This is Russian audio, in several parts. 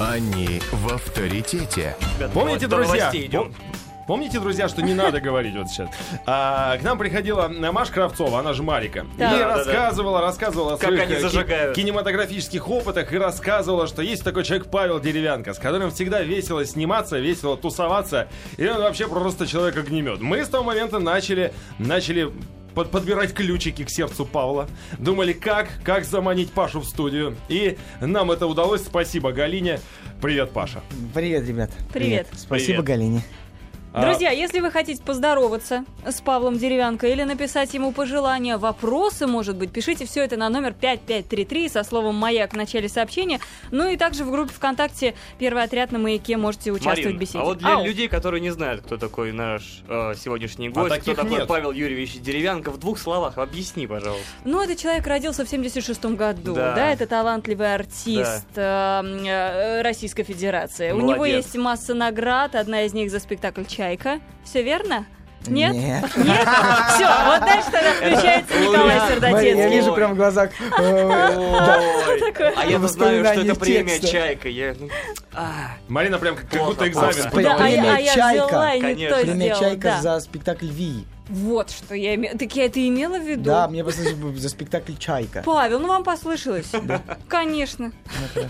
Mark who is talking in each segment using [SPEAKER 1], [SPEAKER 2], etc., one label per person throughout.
[SPEAKER 1] Они в авторитете.
[SPEAKER 2] Помните,
[SPEAKER 3] Вот до
[SPEAKER 2] друзья?
[SPEAKER 3] новостей идем.
[SPEAKER 2] пом- Помните, друзья, что не надо говорить вот сейчас. А, к нам приходила Маш Кравцова, она же Марика, и
[SPEAKER 3] Да, да, да.
[SPEAKER 2] рассказывала, рассказывала о
[SPEAKER 3] Как
[SPEAKER 2] своих
[SPEAKER 3] они
[SPEAKER 2] э, ки-
[SPEAKER 3] зажигают.
[SPEAKER 2] кинематографических опытах и рассказывала, что есть такой человек Павел Деревянко, с которым всегда весело сниматься, весело тусоваться, и он вообще просто человек огнемет. Мы с того момента начали, начали под- подбирать ключики к сердцу Павла. Думали, как, как заманить Пашу в студию. И нам это удалось. Спасибо Галине. Привет, Паша.
[SPEAKER 4] Привет, ребят.
[SPEAKER 5] Привет.
[SPEAKER 4] Спасибо
[SPEAKER 3] Привет.
[SPEAKER 4] Галине.
[SPEAKER 2] А-
[SPEAKER 5] Друзья, если вы хотите поздороваться с Павлом Деревянко или написать ему пожелания, вопросы, может быть, пишите все это на номер 5533 со словом «Маяк» в начале сообщения. Ну и также в группе ВКонтакте «Первый отряд на маяке» можете участвовать
[SPEAKER 3] Марин,
[SPEAKER 5] в беседе.
[SPEAKER 3] а вот для
[SPEAKER 5] Ау.
[SPEAKER 3] людей, которые не знают, кто такой наш э, сегодняшний
[SPEAKER 2] А
[SPEAKER 3] гость, кто
[SPEAKER 2] таких
[SPEAKER 3] такой
[SPEAKER 2] нет.
[SPEAKER 3] Павел Юрьевич Деревянко, в двух словах объясни, пожалуйста.
[SPEAKER 5] Ну, этот человек родился в 76-м году,
[SPEAKER 3] Да.
[SPEAKER 5] да, это талантливый артист эм, э, Российской Федерации. У
[SPEAKER 3] Молодец.
[SPEAKER 5] него есть масса наград, одна из них за спектакль «Чайка». Все верно? Нет?
[SPEAKER 4] Нет.
[SPEAKER 5] Нет? Все, вот дальше тогда включается Николай
[SPEAKER 3] Мария,
[SPEAKER 4] Мария, я
[SPEAKER 5] Сердотецкий.
[SPEAKER 4] вижу прям в глазах. э, да.
[SPEAKER 5] такое?
[SPEAKER 3] А я знаю, что
[SPEAKER 4] Воспоминания
[SPEAKER 3] это премия
[SPEAKER 4] текста.
[SPEAKER 3] «Чайка». Я, ну, а,
[SPEAKER 2] Марина прям как, как
[SPEAKER 3] Плохо, плохо.
[SPEAKER 2] будто экзамен.
[SPEAKER 4] Господи.
[SPEAKER 5] Да, а я,
[SPEAKER 4] Премия
[SPEAKER 5] а я
[SPEAKER 4] «Чайка».
[SPEAKER 5] взяла и не
[SPEAKER 3] Конечно.
[SPEAKER 5] то
[SPEAKER 4] Премия
[SPEAKER 5] сделала.
[SPEAKER 4] «Чайка»
[SPEAKER 5] да.
[SPEAKER 4] за спектакль «Ви».
[SPEAKER 5] Вот что я имела. Так я это и имела в виду.
[SPEAKER 4] Да, мне просто за спектакль «Чайка».
[SPEAKER 5] Павел, ну вам послышалось. Конечно.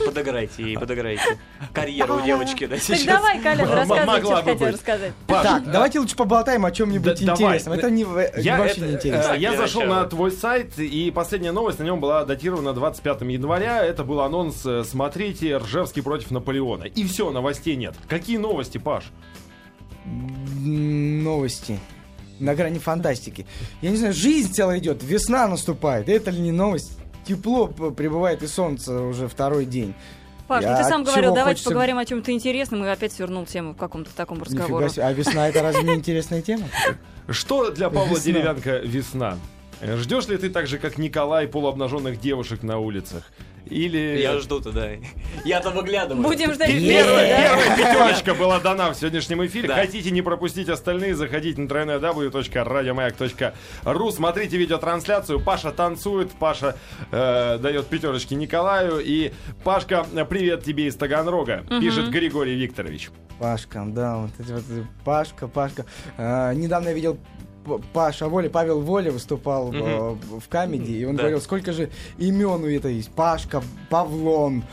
[SPEAKER 3] подыграйте ей, подыграйте. Карьера у
[SPEAKER 5] А,
[SPEAKER 3] девочки, да,
[SPEAKER 5] Так
[SPEAKER 3] сейчас.
[SPEAKER 5] давай, Колян,
[SPEAKER 2] М-
[SPEAKER 5] рассказывай,
[SPEAKER 2] могла
[SPEAKER 5] что
[SPEAKER 2] бы
[SPEAKER 5] ты хотел
[SPEAKER 2] быть.
[SPEAKER 5] рассказать.
[SPEAKER 2] Паш,
[SPEAKER 4] Так, давайте лучше поболтаем о чем-нибудь
[SPEAKER 2] да, давай.
[SPEAKER 4] интересном. Это не, в- э,
[SPEAKER 2] Я,
[SPEAKER 4] вообще
[SPEAKER 2] это,
[SPEAKER 4] не интересно.
[SPEAKER 2] э, я
[SPEAKER 3] Для
[SPEAKER 2] зашел
[SPEAKER 3] начала.
[SPEAKER 2] на твой сайт, и последняя новость на нем была датирована 25 января. Это был анонс э, «Смотрите, Ржевский против Наполеона». И все, новостей нет. Какие новости, Паш?
[SPEAKER 4] М, Новости. На грани фантастики. Я не знаю, жизнь целая идет, весна наступает. Это ли не новость? Тепло п- прибывает и солнце уже второй день.
[SPEAKER 5] Паш, ну
[SPEAKER 4] Я
[SPEAKER 5] ты
[SPEAKER 4] от
[SPEAKER 5] сам
[SPEAKER 4] чего
[SPEAKER 5] говорил, давайте
[SPEAKER 4] хочется-
[SPEAKER 5] поговорим о чем-то интересном, и опять свернул тему к какому-то такому разговору.
[SPEAKER 4] Нифига себе. А весна это разве не интересная тема?
[SPEAKER 2] Что для Павла
[SPEAKER 4] Весна.
[SPEAKER 2] Деревянко весна? Э, Ждешь ли ты так же, как Николай, полуобнаженных девушек на улицах? Или...
[SPEAKER 3] Я жду туда. Я там выглядываю.
[SPEAKER 5] Будем ждать
[SPEAKER 2] Первая,
[SPEAKER 5] вместе,
[SPEAKER 2] первая пятерочка была дана в сегодняшнем эфире.
[SPEAKER 3] Да.
[SPEAKER 2] Хотите не пропустить остальные, заходите на www.radiomayak.ru. Смотрите видеотрансляцию. Паша танцует, Паша э, дает пятерочки Николаю. И Пашка, э, привет тебе из Таганрога, пишет Григорий Викторович.
[SPEAKER 4] Пашка, да, вот эти вот э, Пашка, Пашка. А, недавно я видел П- Паша Воля, Павел Воля выступал э, в камеди, и он
[SPEAKER 3] Да.
[SPEAKER 4] говорил, сколько же имен у этого есть. Пашка, Павлон,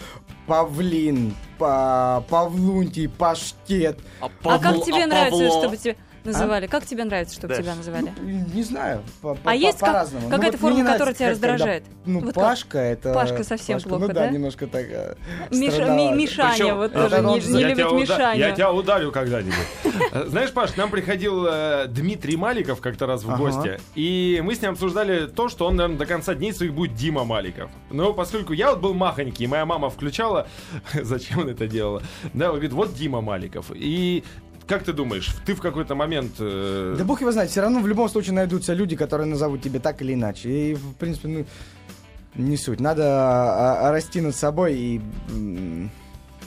[SPEAKER 4] Павлин, Па- Павлунтий, Паштет.
[SPEAKER 5] А
[SPEAKER 3] Павло-
[SPEAKER 5] как тебе
[SPEAKER 3] а
[SPEAKER 5] нравится, типа-
[SPEAKER 3] Павло?
[SPEAKER 5] чтобы тебя называли? Как тебе нравится, чтобы
[SPEAKER 3] Да.
[SPEAKER 5] тебя называли?
[SPEAKER 4] Не знаю, по- по-
[SPEAKER 5] А есть как-
[SPEAKER 4] по-разному. Ну,
[SPEAKER 5] какая-то
[SPEAKER 4] вот
[SPEAKER 5] форма,
[SPEAKER 4] мне не
[SPEAKER 5] которая
[SPEAKER 4] нравится,
[SPEAKER 5] тебя
[SPEAKER 4] как когда,
[SPEAKER 5] раздражает?
[SPEAKER 4] ну,
[SPEAKER 5] Вот как?
[SPEAKER 4] Пашка, это...
[SPEAKER 5] Пашка совсем плохо,
[SPEAKER 4] ну,
[SPEAKER 5] да?
[SPEAKER 4] да? немножко так э,
[SPEAKER 5] Миша- Ми-
[SPEAKER 4] страдает.
[SPEAKER 5] Мишаня
[SPEAKER 3] Причем-
[SPEAKER 5] вот
[SPEAKER 4] Да,
[SPEAKER 5] тоже
[SPEAKER 4] да,
[SPEAKER 5] не
[SPEAKER 4] он же-
[SPEAKER 5] не
[SPEAKER 2] Я
[SPEAKER 5] любит
[SPEAKER 2] тебя уда- Я
[SPEAKER 5] Мишаню.
[SPEAKER 2] тебя ударю когда-нибудь. Э, Знаешь, Паш, нам приходил э, Дмитрий Маликов как-то раз в
[SPEAKER 4] Ага.
[SPEAKER 2] гости, и мы с ним обсуждали то, что он, наверное, до конца дней своих будет Дима Маликов. Но поскольку я вот был махонький, моя мама включала, зачем он это делала, да, он говорит, вот Дима Маликов. И как ты думаешь, ты в какой-то момент... э,
[SPEAKER 4] Да бог его знает, все равно в любом случае найдутся люди, которые назовут тебя так или иначе. И, в принципе, ну, не суть. Надо а, а, расти над собой и... м,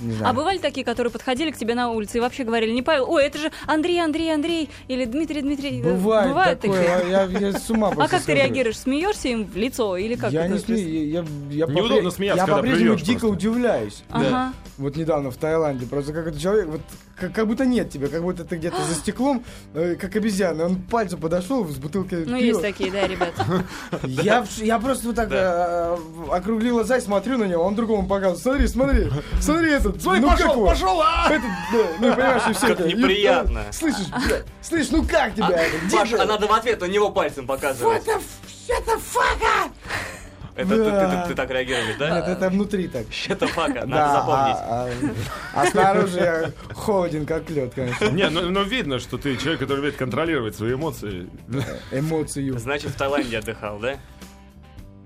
[SPEAKER 4] Не знаю.
[SPEAKER 5] А бывали такие, которые подходили к тебе на улице и вообще говорили, не Павел, ой, это же Андрей, Андрей, Андрей, или Дмитрий, Дмитрий. Э,
[SPEAKER 4] Бывает
[SPEAKER 5] Бывают
[SPEAKER 4] такое,
[SPEAKER 5] такие?
[SPEAKER 4] а я, я с ума
[SPEAKER 5] А
[SPEAKER 4] просто
[SPEAKER 5] как ты
[SPEAKER 4] схожу.
[SPEAKER 5] реагируешь? Смеешься им в лицо или как?
[SPEAKER 4] Я
[SPEAKER 5] это
[SPEAKER 4] не
[SPEAKER 5] происходит?
[SPEAKER 4] смею, я, я, я
[SPEAKER 2] Неудобно
[SPEAKER 4] попре-
[SPEAKER 2] смеяться,
[SPEAKER 4] Я
[SPEAKER 2] когда
[SPEAKER 4] по-прежнему
[SPEAKER 2] плюешь
[SPEAKER 4] дико
[SPEAKER 2] просто.
[SPEAKER 4] удивляюсь.
[SPEAKER 5] Ага.
[SPEAKER 4] Вот недавно в Таиланде, просто как этот человек, вот как, как будто нет тебя, как будто ты где-то за стеклом, э, как обезьяна. Он пальцем подошел с бутылкой пива.
[SPEAKER 5] Ну, есть такие, да, ребят.
[SPEAKER 4] Я, в ш- я просто вот так э, в- округлил глаза и смотрю на него, он другому показывает. Смотри, смотри, смотри этот.
[SPEAKER 2] Ой,
[SPEAKER 4] ну
[SPEAKER 2] пошел,
[SPEAKER 4] как его?
[SPEAKER 2] пошел, а!
[SPEAKER 4] Этот, да, ну понимаешь, и все
[SPEAKER 3] Как
[SPEAKER 4] это. И,
[SPEAKER 3] неприятно.
[SPEAKER 4] э, слышишь, бля, слышь, ну как тебя?
[SPEAKER 3] А,
[SPEAKER 4] это, где
[SPEAKER 3] Паш,
[SPEAKER 4] ты?
[SPEAKER 3] а надо в ответ на него пальцем показывать. Это ты- ты-
[SPEAKER 4] Да.
[SPEAKER 3] ты- ты так реагируешь,
[SPEAKER 4] Нет,
[SPEAKER 3] да?
[SPEAKER 4] это внутри так.
[SPEAKER 3] Это фака, надо
[SPEAKER 4] Да,
[SPEAKER 3] запомнить.
[SPEAKER 4] а- А а снаружи я холоден, как лед, конечно.
[SPEAKER 2] Не, ну, ну видно, что ты человек, который умеет контролировать свои эмоции.
[SPEAKER 4] Эмоцию.
[SPEAKER 3] Значит, в Таиланде отдыхал, да?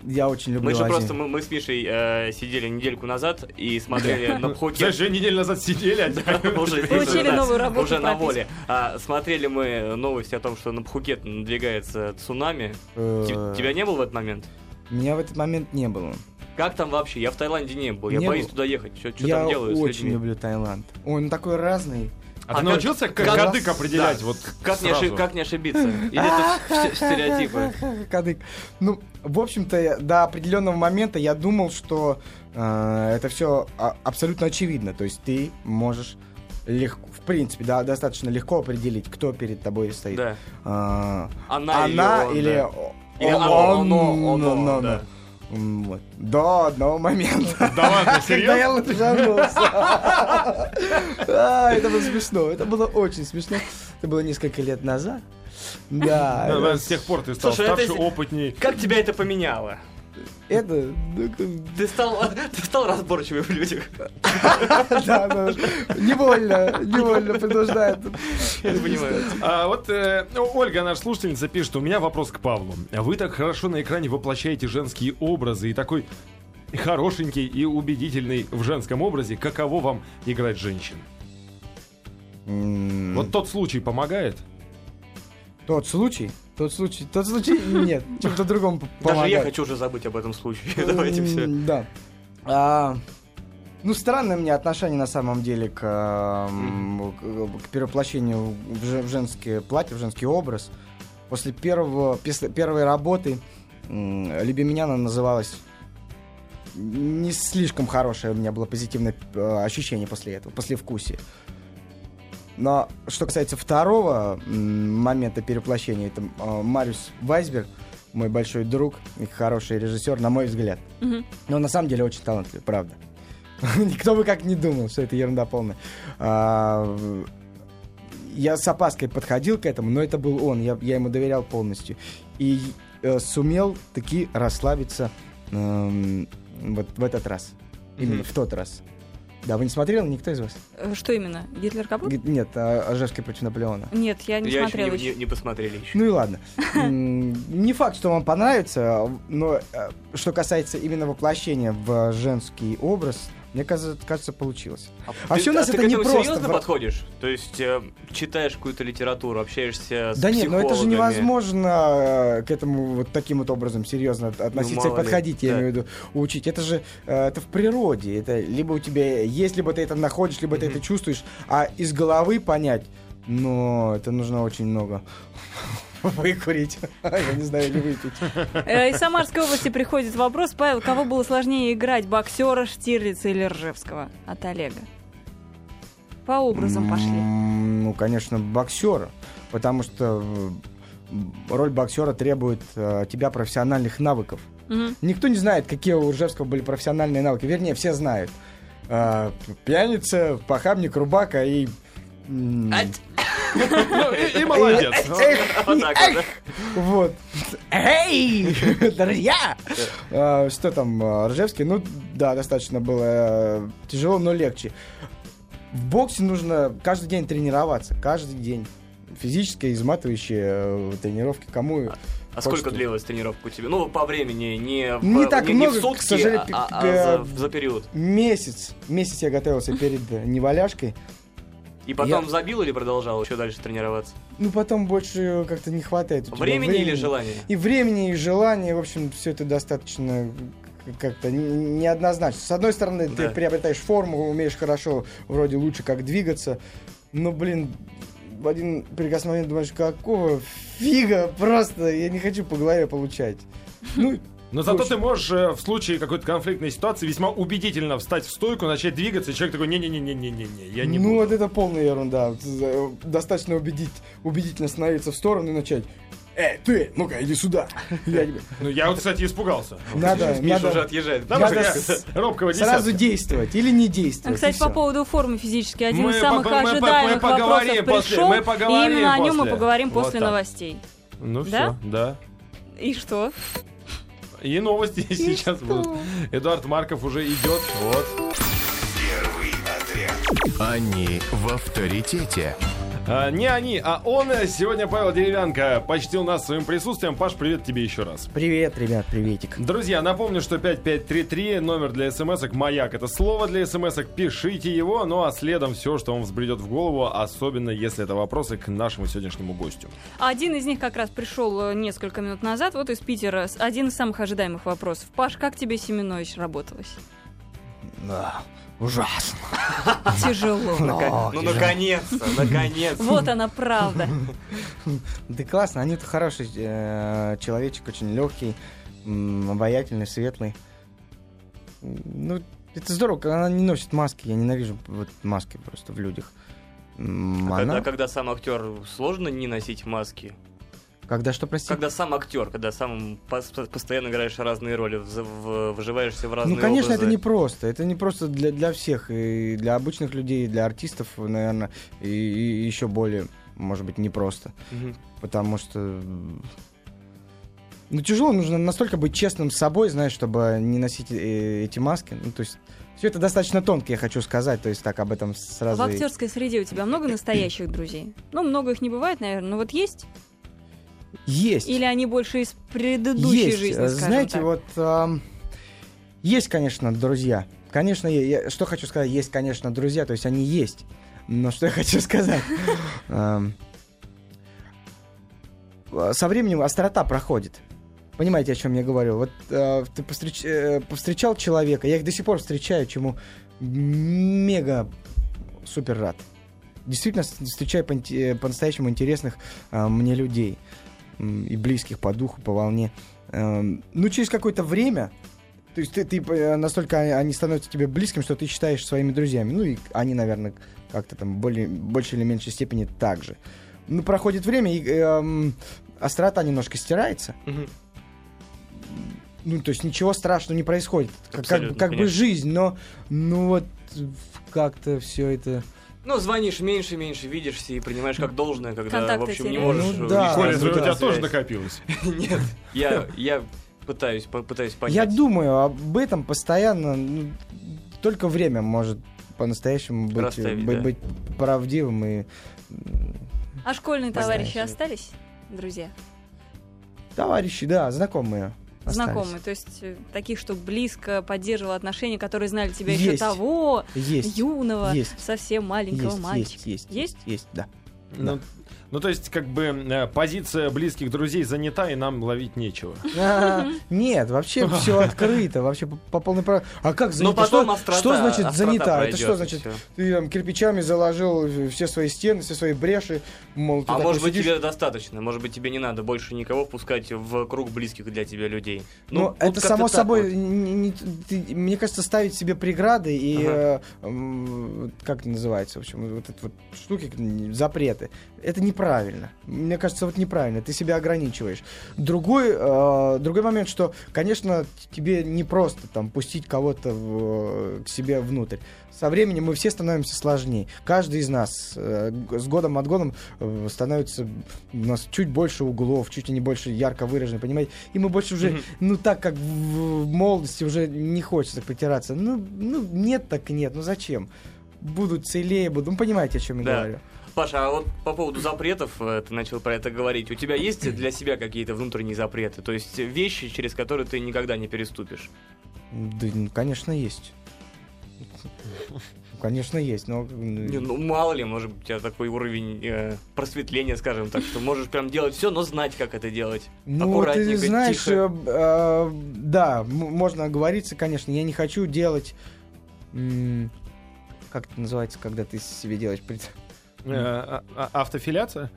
[SPEAKER 4] Я очень люблю
[SPEAKER 3] Мы же
[SPEAKER 4] Азию.
[SPEAKER 3] просто, мы, мы с Мишей э, сидели недельку назад и смотрели на Пхукет.
[SPEAKER 2] Знаешь, неделю назад сидели, а тебя-
[SPEAKER 3] Уже-
[SPEAKER 5] Получили
[SPEAKER 3] да,
[SPEAKER 5] новую работу
[SPEAKER 3] Уже на
[SPEAKER 5] прописку.
[SPEAKER 3] воле. А, Смотрели мы новости о том, что на Пхукет надвигается цунами.
[SPEAKER 4] Э,
[SPEAKER 3] Ти- Тебя не было в этот момент?
[SPEAKER 4] Меня в этот момент не было.
[SPEAKER 3] Как там вообще? Я в Таиланде не был. Я
[SPEAKER 4] Не
[SPEAKER 3] боюсь
[SPEAKER 4] был.
[SPEAKER 3] туда ехать. Что
[SPEAKER 4] Я
[SPEAKER 3] там делаю с
[SPEAKER 4] очень
[SPEAKER 3] людьми?
[SPEAKER 4] люблю Таиланд. Он такой разный.
[SPEAKER 2] А ты
[SPEAKER 3] как-
[SPEAKER 2] научился как
[SPEAKER 3] как-
[SPEAKER 2] кадык определять?
[SPEAKER 3] да.
[SPEAKER 2] Вот
[SPEAKER 3] Как не,
[SPEAKER 2] сразу?
[SPEAKER 3] ошиб- как не ошибиться? Или это в- в- в стереотипы?
[SPEAKER 4] Кадык. Ну, в общем-то, я- до определенного момента я думал, что э, это все абсолютно очевидно. То есть ты можешь легко, в принципе, да, достаточно легко определить, кто перед тобой стоит.
[SPEAKER 3] Да.
[SPEAKER 4] А,
[SPEAKER 3] Она,
[SPEAKER 4] она, или
[SPEAKER 3] или он,
[SPEAKER 4] о-
[SPEAKER 3] Или
[SPEAKER 4] он,
[SPEAKER 3] оно,
[SPEAKER 4] он,
[SPEAKER 3] оно,
[SPEAKER 4] он,
[SPEAKER 3] оно,
[SPEAKER 4] он,
[SPEAKER 3] да.
[SPEAKER 4] он. Вот. До одного момента.
[SPEAKER 2] Да ладно,
[SPEAKER 4] Когда я
[SPEAKER 2] серьезно?
[SPEAKER 4] лапшанулся. А, Это было смешно. Это было очень смешно. Это было несколько лет назад. Да.
[SPEAKER 2] Да, да,
[SPEAKER 4] это-
[SPEAKER 2] С тех пор ты стал
[SPEAKER 3] Слушай, это
[SPEAKER 2] старше,
[SPEAKER 3] если-
[SPEAKER 2] опытней.
[SPEAKER 3] да. Как тебя это поменяло?
[SPEAKER 4] Это... ну, как-
[SPEAKER 3] Ты стал, ты стал разборчивым в людях.
[SPEAKER 4] Да, да. Невольно, невольно принуждает.
[SPEAKER 3] Я понимаю.
[SPEAKER 2] А вот э, ну, Ольга, наша слушательница, пишет, у меня вопрос к Павлу. Вы так хорошо на экране воплощаете женские образы и такой хорошенький и убедительный в женском образе. Каково вам играть женщин?
[SPEAKER 4] Вот
[SPEAKER 2] Вот тот случай помогает?
[SPEAKER 4] тот случай, тот случай, тот случай, нет, чем-то другому п-
[SPEAKER 3] Даже я
[SPEAKER 4] помогает.
[SPEAKER 3] хочу уже забыть об этом случае. Давайте все.
[SPEAKER 4] М, Да. А, Ну, странное у меня отношение на самом деле к, эм, к- к перевоплощению в же- в женское платье, в женский образ. После первого, пес- первой работы м, «Люби меня» она называлась не слишком хорошее у меня было позитивное э, ощущение после этого, после вкуса. Но что касается второго м, момента перевоплощения, это э, Мариус Вайсберг, мой большой друг и хороший режиссер, на мой взгляд.
[SPEAKER 5] Мгм.
[SPEAKER 4] Но он на самом деле очень талантливый, правда. Никто бы как не думал, что это ерунда полная. А, в- Я с опаской подходил к этому, но это был он, я, я ему доверял полностью. И э, сумел таки расслабиться эм, вот в этот раз. Именно в тот раз. Да, вы не смотрели никто из вас?
[SPEAKER 5] Э, Что именно? Гитлер Капут?
[SPEAKER 4] Говорит, Нет, а, Ожевский против Наполеона.
[SPEAKER 5] Нет, я не
[SPEAKER 3] Я еще
[SPEAKER 5] смотрела
[SPEAKER 3] не-
[SPEAKER 5] еще.
[SPEAKER 3] не не посмотрели еще.
[SPEAKER 4] Ну и ладно. М, Не факт, что вам понравится, но э, что касается именно воплощения в женский образ, мне кажется, кажется, получилось. А
[SPEAKER 3] ты-
[SPEAKER 4] всё у нас
[SPEAKER 3] ты
[SPEAKER 4] это
[SPEAKER 3] к
[SPEAKER 4] не
[SPEAKER 3] этому
[SPEAKER 4] просто,
[SPEAKER 3] серьезно
[SPEAKER 4] бра-
[SPEAKER 3] подходишь? То есть э, читаешь какую-то литературу, общаешься А с
[SPEAKER 4] да нет, но это же
[SPEAKER 3] психологами.
[SPEAKER 4] невозможно э, к этому вот таким вот образом серьезно от- относиться и
[SPEAKER 3] мало ли,
[SPEAKER 4] подходить, я
[SPEAKER 3] да.
[SPEAKER 4] имею в виду, учить. Это же э, это в природе. Это либо у тебя есть, либо ты это находишь, либо ты
[SPEAKER 3] Мгм.
[SPEAKER 4] это чувствуешь, а из головы понять, но это нужно очень много выкурить. Я не знаю, или выпить.
[SPEAKER 5] Э, Из Самарской области приходит вопрос. Павел, кого было сложнее играть, боксера, Штирлица или Ржевского? От Олега. По образам пошли.
[SPEAKER 4] М, Ну, конечно, боксера. Потому что м, роль боксера требует э, от тебя профессиональных навыков.
[SPEAKER 5] Мгм.
[SPEAKER 4] Никто не знает, какие у Ржевского были профессиональные навыки. Вернее, все знают. Э, Пьяница, похабник, рубака и... м,
[SPEAKER 3] Ать!
[SPEAKER 2] Ну, и и молодец.
[SPEAKER 4] Эх,
[SPEAKER 3] Вот так вот, да? А
[SPEAKER 4] Вот. Эй, друзья! А, Что там, а, Ржевский? Ну, да, достаточно было э, тяжело, но легче. В боксе нужно каждый день тренироваться, каждый день. Физические, изматывающие э, тренировки. Кому?
[SPEAKER 3] А сколько
[SPEAKER 4] Почти.
[SPEAKER 3] длилась тренировка у тебя? Ну, по времени, не, в-
[SPEAKER 4] Не так
[SPEAKER 3] в
[SPEAKER 4] много, к
[SPEAKER 3] сутки,
[SPEAKER 4] сожалению,
[SPEAKER 3] а, а
[SPEAKER 4] э,
[SPEAKER 3] за, за период.
[SPEAKER 4] Месяц. Месяц я готовился перед э, неваляшкой.
[SPEAKER 3] И потом
[SPEAKER 4] я-
[SPEAKER 3] забил или продолжал еще дальше тренироваться?
[SPEAKER 4] Ну, потом больше как-то не хватает. у тебя
[SPEAKER 3] Времени, или желания?
[SPEAKER 4] и времени, и желания, в общем, все это достаточно к- как-то н- неоднозначно. С одной стороны,
[SPEAKER 3] Да.
[SPEAKER 4] ты приобретаешь форму, умеешь хорошо, вроде лучше как двигаться, но, блин, в один прекрасный момент думаешь, какого фига, просто я не хочу по голове получать. Ну,
[SPEAKER 2] Но зато
[SPEAKER 4] Слушай.
[SPEAKER 2] ты можешь э, в случае какой-то конфликтной ситуации весьма убедительно встать в стойку, начать двигаться, и человек такой, не-не-не-не-не-не, я не
[SPEAKER 4] ну
[SPEAKER 2] буду».
[SPEAKER 4] вот это полная ерунда. Достаточно убедить, убедительно становиться в сторону и начать. Эй, ты, ну-ка, иди сюда. Я не-
[SPEAKER 2] Ну, я вот, кстати, испугался.
[SPEAKER 4] Надо,
[SPEAKER 3] Миша
[SPEAKER 4] надо
[SPEAKER 3] уже отъезжает.
[SPEAKER 2] Потому что
[SPEAKER 4] Надо
[SPEAKER 2] я
[SPEAKER 4] с-
[SPEAKER 2] робкого
[SPEAKER 4] сразу
[SPEAKER 2] десятка.
[SPEAKER 4] действовать или не действовать.
[SPEAKER 5] А,
[SPEAKER 4] и
[SPEAKER 5] Кстати, по
[SPEAKER 4] всё.
[SPEAKER 5] поводу формы физической. Один
[SPEAKER 2] Мы
[SPEAKER 5] из самых
[SPEAKER 2] по- мы по- мы
[SPEAKER 5] ожидаемых вопросов
[SPEAKER 2] поговорим после,
[SPEAKER 5] пришел,
[SPEAKER 2] мы поговорим
[SPEAKER 5] и именно о нем мы
[SPEAKER 2] после.
[SPEAKER 5] поговорим
[SPEAKER 2] Вот
[SPEAKER 5] после
[SPEAKER 2] так.
[SPEAKER 5] новостей.
[SPEAKER 2] Ну
[SPEAKER 5] Да?
[SPEAKER 2] все, да.
[SPEAKER 5] И что?
[SPEAKER 2] И новости сейчас будут. Эдуард Марков уже идет. Вот.
[SPEAKER 1] Они в авторитете.
[SPEAKER 2] А, не они, а он. Сегодня Павел Деревянко почтил нас своим присутствием. Паш, привет тебе еще раз.
[SPEAKER 4] Привет, ребят, приветик.
[SPEAKER 2] Друзья, напомню, что 5533 номер для смс-ок «Маяк». Это слово для смс-ок. Пишите его, ну а следом все, что вам взбредет в голову, особенно если это вопросы к нашему сегодняшнему гостю.
[SPEAKER 5] Один из них как раз пришел э, несколько минут назад, вот из Питера. С- Один из самых ожидаемых вопросов. Паш, как тебе Семенович работалось?
[SPEAKER 4] Да, ужасно.
[SPEAKER 5] Тяжело.
[SPEAKER 4] А,
[SPEAKER 3] Ну, наконец-то, наконец-то.
[SPEAKER 5] Вот она правда.
[SPEAKER 4] Да классно, Анюта хороший э, человечек, очень легкий, м, обаятельный, светлый. Ну, это здорово, когда она не носит маски. Я ненавижу вот маски просто в людях. М,
[SPEAKER 3] А
[SPEAKER 4] она-
[SPEAKER 3] когда, когда сам актер сложно не носить маски.
[SPEAKER 4] Когда что, простите?
[SPEAKER 3] Когда сам актер, когда сам пос- постоянно играешь разные роли, вз- в- вживаешься в разные
[SPEAKER 4] Ну, конечно,
[SPEAKER 3] образы.
[SPEAKER 4] это не просто. Это не просто для, для всех, и для обычных людей, и для артистов, наверное, и, еще более, может быть, непросто.
[SPEAKER 3] Мгм.
[SPEAKER 4] Потому что... м, Ну, тяжело, нужно настолько быть честным с собой, знаешь, чтобы не носить э, эти маски. Ну, то есть, все это достатно тонко, я хочу сказать, то есть, так об этом
[SPEAKER 5] В
[SPEAKER 4] сразу... и-
[SPEAKER 5] актерской среде у тебя много настоящих друзей? Ну, много их не бывает, наверное, но вот есть?
[SPEAKER 4] Есть.
[SPEAKER 5] Или они больше из предыдущей
[SPEAKER 4] есть,
[SPEAKER 5] жизни,
[SPEAKER 4] э,
[SPEAKER 5] скажем
[SPEAKER 4] знаете,
[SPEAKER 5] так?
[SPEAKER 4] вот ам, есть, конечно, друзья. Конечно, я, я- что хочу сказать, есть, конечно, друзья, то есть они есть. Но что я хочу сказать? Ам, э, Со временем острота проходит. Понимаете, о чем я говорю? Вот э, ты повстреч- э, повстречал человека, я их до сих пор встречаю, чему мега супер рад. Действительно, с- встречаю понти- э, по-настоящему интересных э, мне людей м, и близких по духу, по волне. Эм, Ну, через какое-то время, то есть ты, ты э, настолько они- они становятся тебе близким, что ты считаешь своими друзьями. Ну, и они, наверное, как-то там более, больше или меньшей степени так же. Ну, проходит время, и эм, острота немножко стирается.
[SPEAKER 3] Мгм.
[SPEAKER 4] Ну, то есть ничего страшного не происходит. Как, как, бы-
[SPEAKER 3] Абсолютно,
[SPEAKER 4] как бы
[SPEAKER 3] конечно.
[SPEAKER 4] жизнь, но ну вот э, как-то все это...
[SPEAKER 3] Ну, звонишь меньше, меньше, видишься и принимаешь как должное, когда,
[SPEAKER 5] Контакты
[SPEAKER 3] в общем, не
[SPEAKER 5] теряешь.
[SPEAKER 3] можешь...
[SPEAKER 4] Ну
[SPEAKER 3] э,
[SPEAKER 4] да.
[SPEAKER 3] лично
[SPEAKER 2] Коля,
[SPEAKER 4] ну
[SPEAKER 2] у тебя
[SPEAKER 3] связь.
[SPEAKER 2] тоже накопилось.
[SPEAKER 3] Нет, я, я пытаюсь, по- пытаюсь понять.
[SPEAKER 4] Я думаю об этом постоянно. ну, только время может по-настоящему быть, э,
[SPEAKER 3] Расставить,
[SPEAKER 4] быть,
[SPEAKER 3] да.
[SPEAKER 4] быть правдивым и м,
[SPEAKER 5] А школьные
[SPEAKER 4] Вы
[SPEAKER 5] товарищи
[SPEAKER 4] знаете.
[SPEAKER 5] остались, друзья?
[SPEAKER 4] товарищи, да, знакомые. остались.
[SPEAKER 5] Знакомые, то есть э, таких, что близко поддерживало отношения, которые знали тебя еще
[SPEAKER 4] Есть.
[SPEAKER 5] того,
[SPEAKER 4] Есть.
[SPEAKER 5] юного,
[SPEAKER 4] Есть.
[SPEAKER 5] совсем маленького
[SPEAKER 4] есть,
[SPEAKER 5] мальчика.
[SPEAKER 4] есть, есть,
[SPEAKER 5] Есть?
[SPEAKER 4] есть, есть, да.
[SPEAKER 2] Ну, ну, то есть, как бы, э, позиция близких друзей занята, и нам ловить нечего.
[SPEAKER 4] А, Нет, вообще все открыто, вообще по- по полной прав- А как
[SPEAKER 3] Но
[SPEAKER 4] занято?
[SPEAKER 3] Ну, потом
[SPEAKER 4] Что,
[SPEAKER 3] острота-
[SPEAKER 4] что значит
[SPEAKER 3] острота
[SPEAKER 4] занята? Это
[SPEAKER 3] пройдет,
[SPEAKER 4] что
[SPEAKER 3] и
[SPEAKER 4] значит?
[SPEAKER 3] всё.
[SPEAKER 4] Ты там кирпичами заложил э, все свои стены, все свои бреши, мол, ты
[SPEAKER 3] А
[SPEAKER 4] такой
[SPEAKER 3] может быть
[SPEAKER 4] сидишь,
[SPEAKER 3] тебе достаточно, может быть тебе не надо больше никого пускать в круг близких для тебя людей.
[SPEAKER 4] Ну,
[SPEAKER 3] вот
[SPEAKER 4] это
[SPEAKER 3] как-то
[SPEAKER 4] само
[SPEAKER 3] так
[SPEAKER 4] собой,
[SPEAKER 3] вот.
[SPEAKER 4] не- не- ты- мне кажется, ставить себе преграды и
[SPEAKER 3] Ага.
[SPEAKER 4] э, м, как это называется, в общем, вот эти вот штуки, как они, запреты, это неправильно. Мне кажется, вот неправильно, ты себя ограничиваешь. Другой, э, другой момент, что, конечно, т- тебе не просто там пустить кого-то в, э, к себе внутрь. Со временем мы все становимся сложнее. Каждый из нас э, г- с годом от годом э, становится у нас чуть больше углов, чуть ли не больше ярко выражены, понимаете? И мы больше уже,
[SPEAKER 3] Мгм.
[SPEAKER 4] ну так как в в молодости уже не хочется потираться. Ну, ну нет так и нет, ну зачем? Буду целее, буду. Ну понимаете, о чем я
[SPEAKER 3] Да.
[SPEAKER 4] говорю.
[SPEAKER 3] Паша, а вот по поводу запретов, э, ты начал про это говорить. У тебя есть для себя какие-то внутренние запреты? То есть э, вещи, через которые ты никогда не переступишь?
[SPEAKER 4] Да, ну, конечно, есть. Конечно, есть, но... м,
[SPEAKER 3] Не, ну, мало ли, может быть, у тебя такой уровень э, просветления, скажем так, что можешь прям делать все, но знать, как это делать.
[SPEAKER 4] Ну, ты
[SPEAKER 3] Аккуратненько,
[SPEAKER 4] знаешь,
[SPEAKER 3] тихо.
[SPEAKER 4] э, э, да, м- можно оговориться, конечно. Я не хочу делать... м, Как это называется, когда ты себе делаешь... пред-
[SPEAKER 2] Э, а- а- Автофиляция?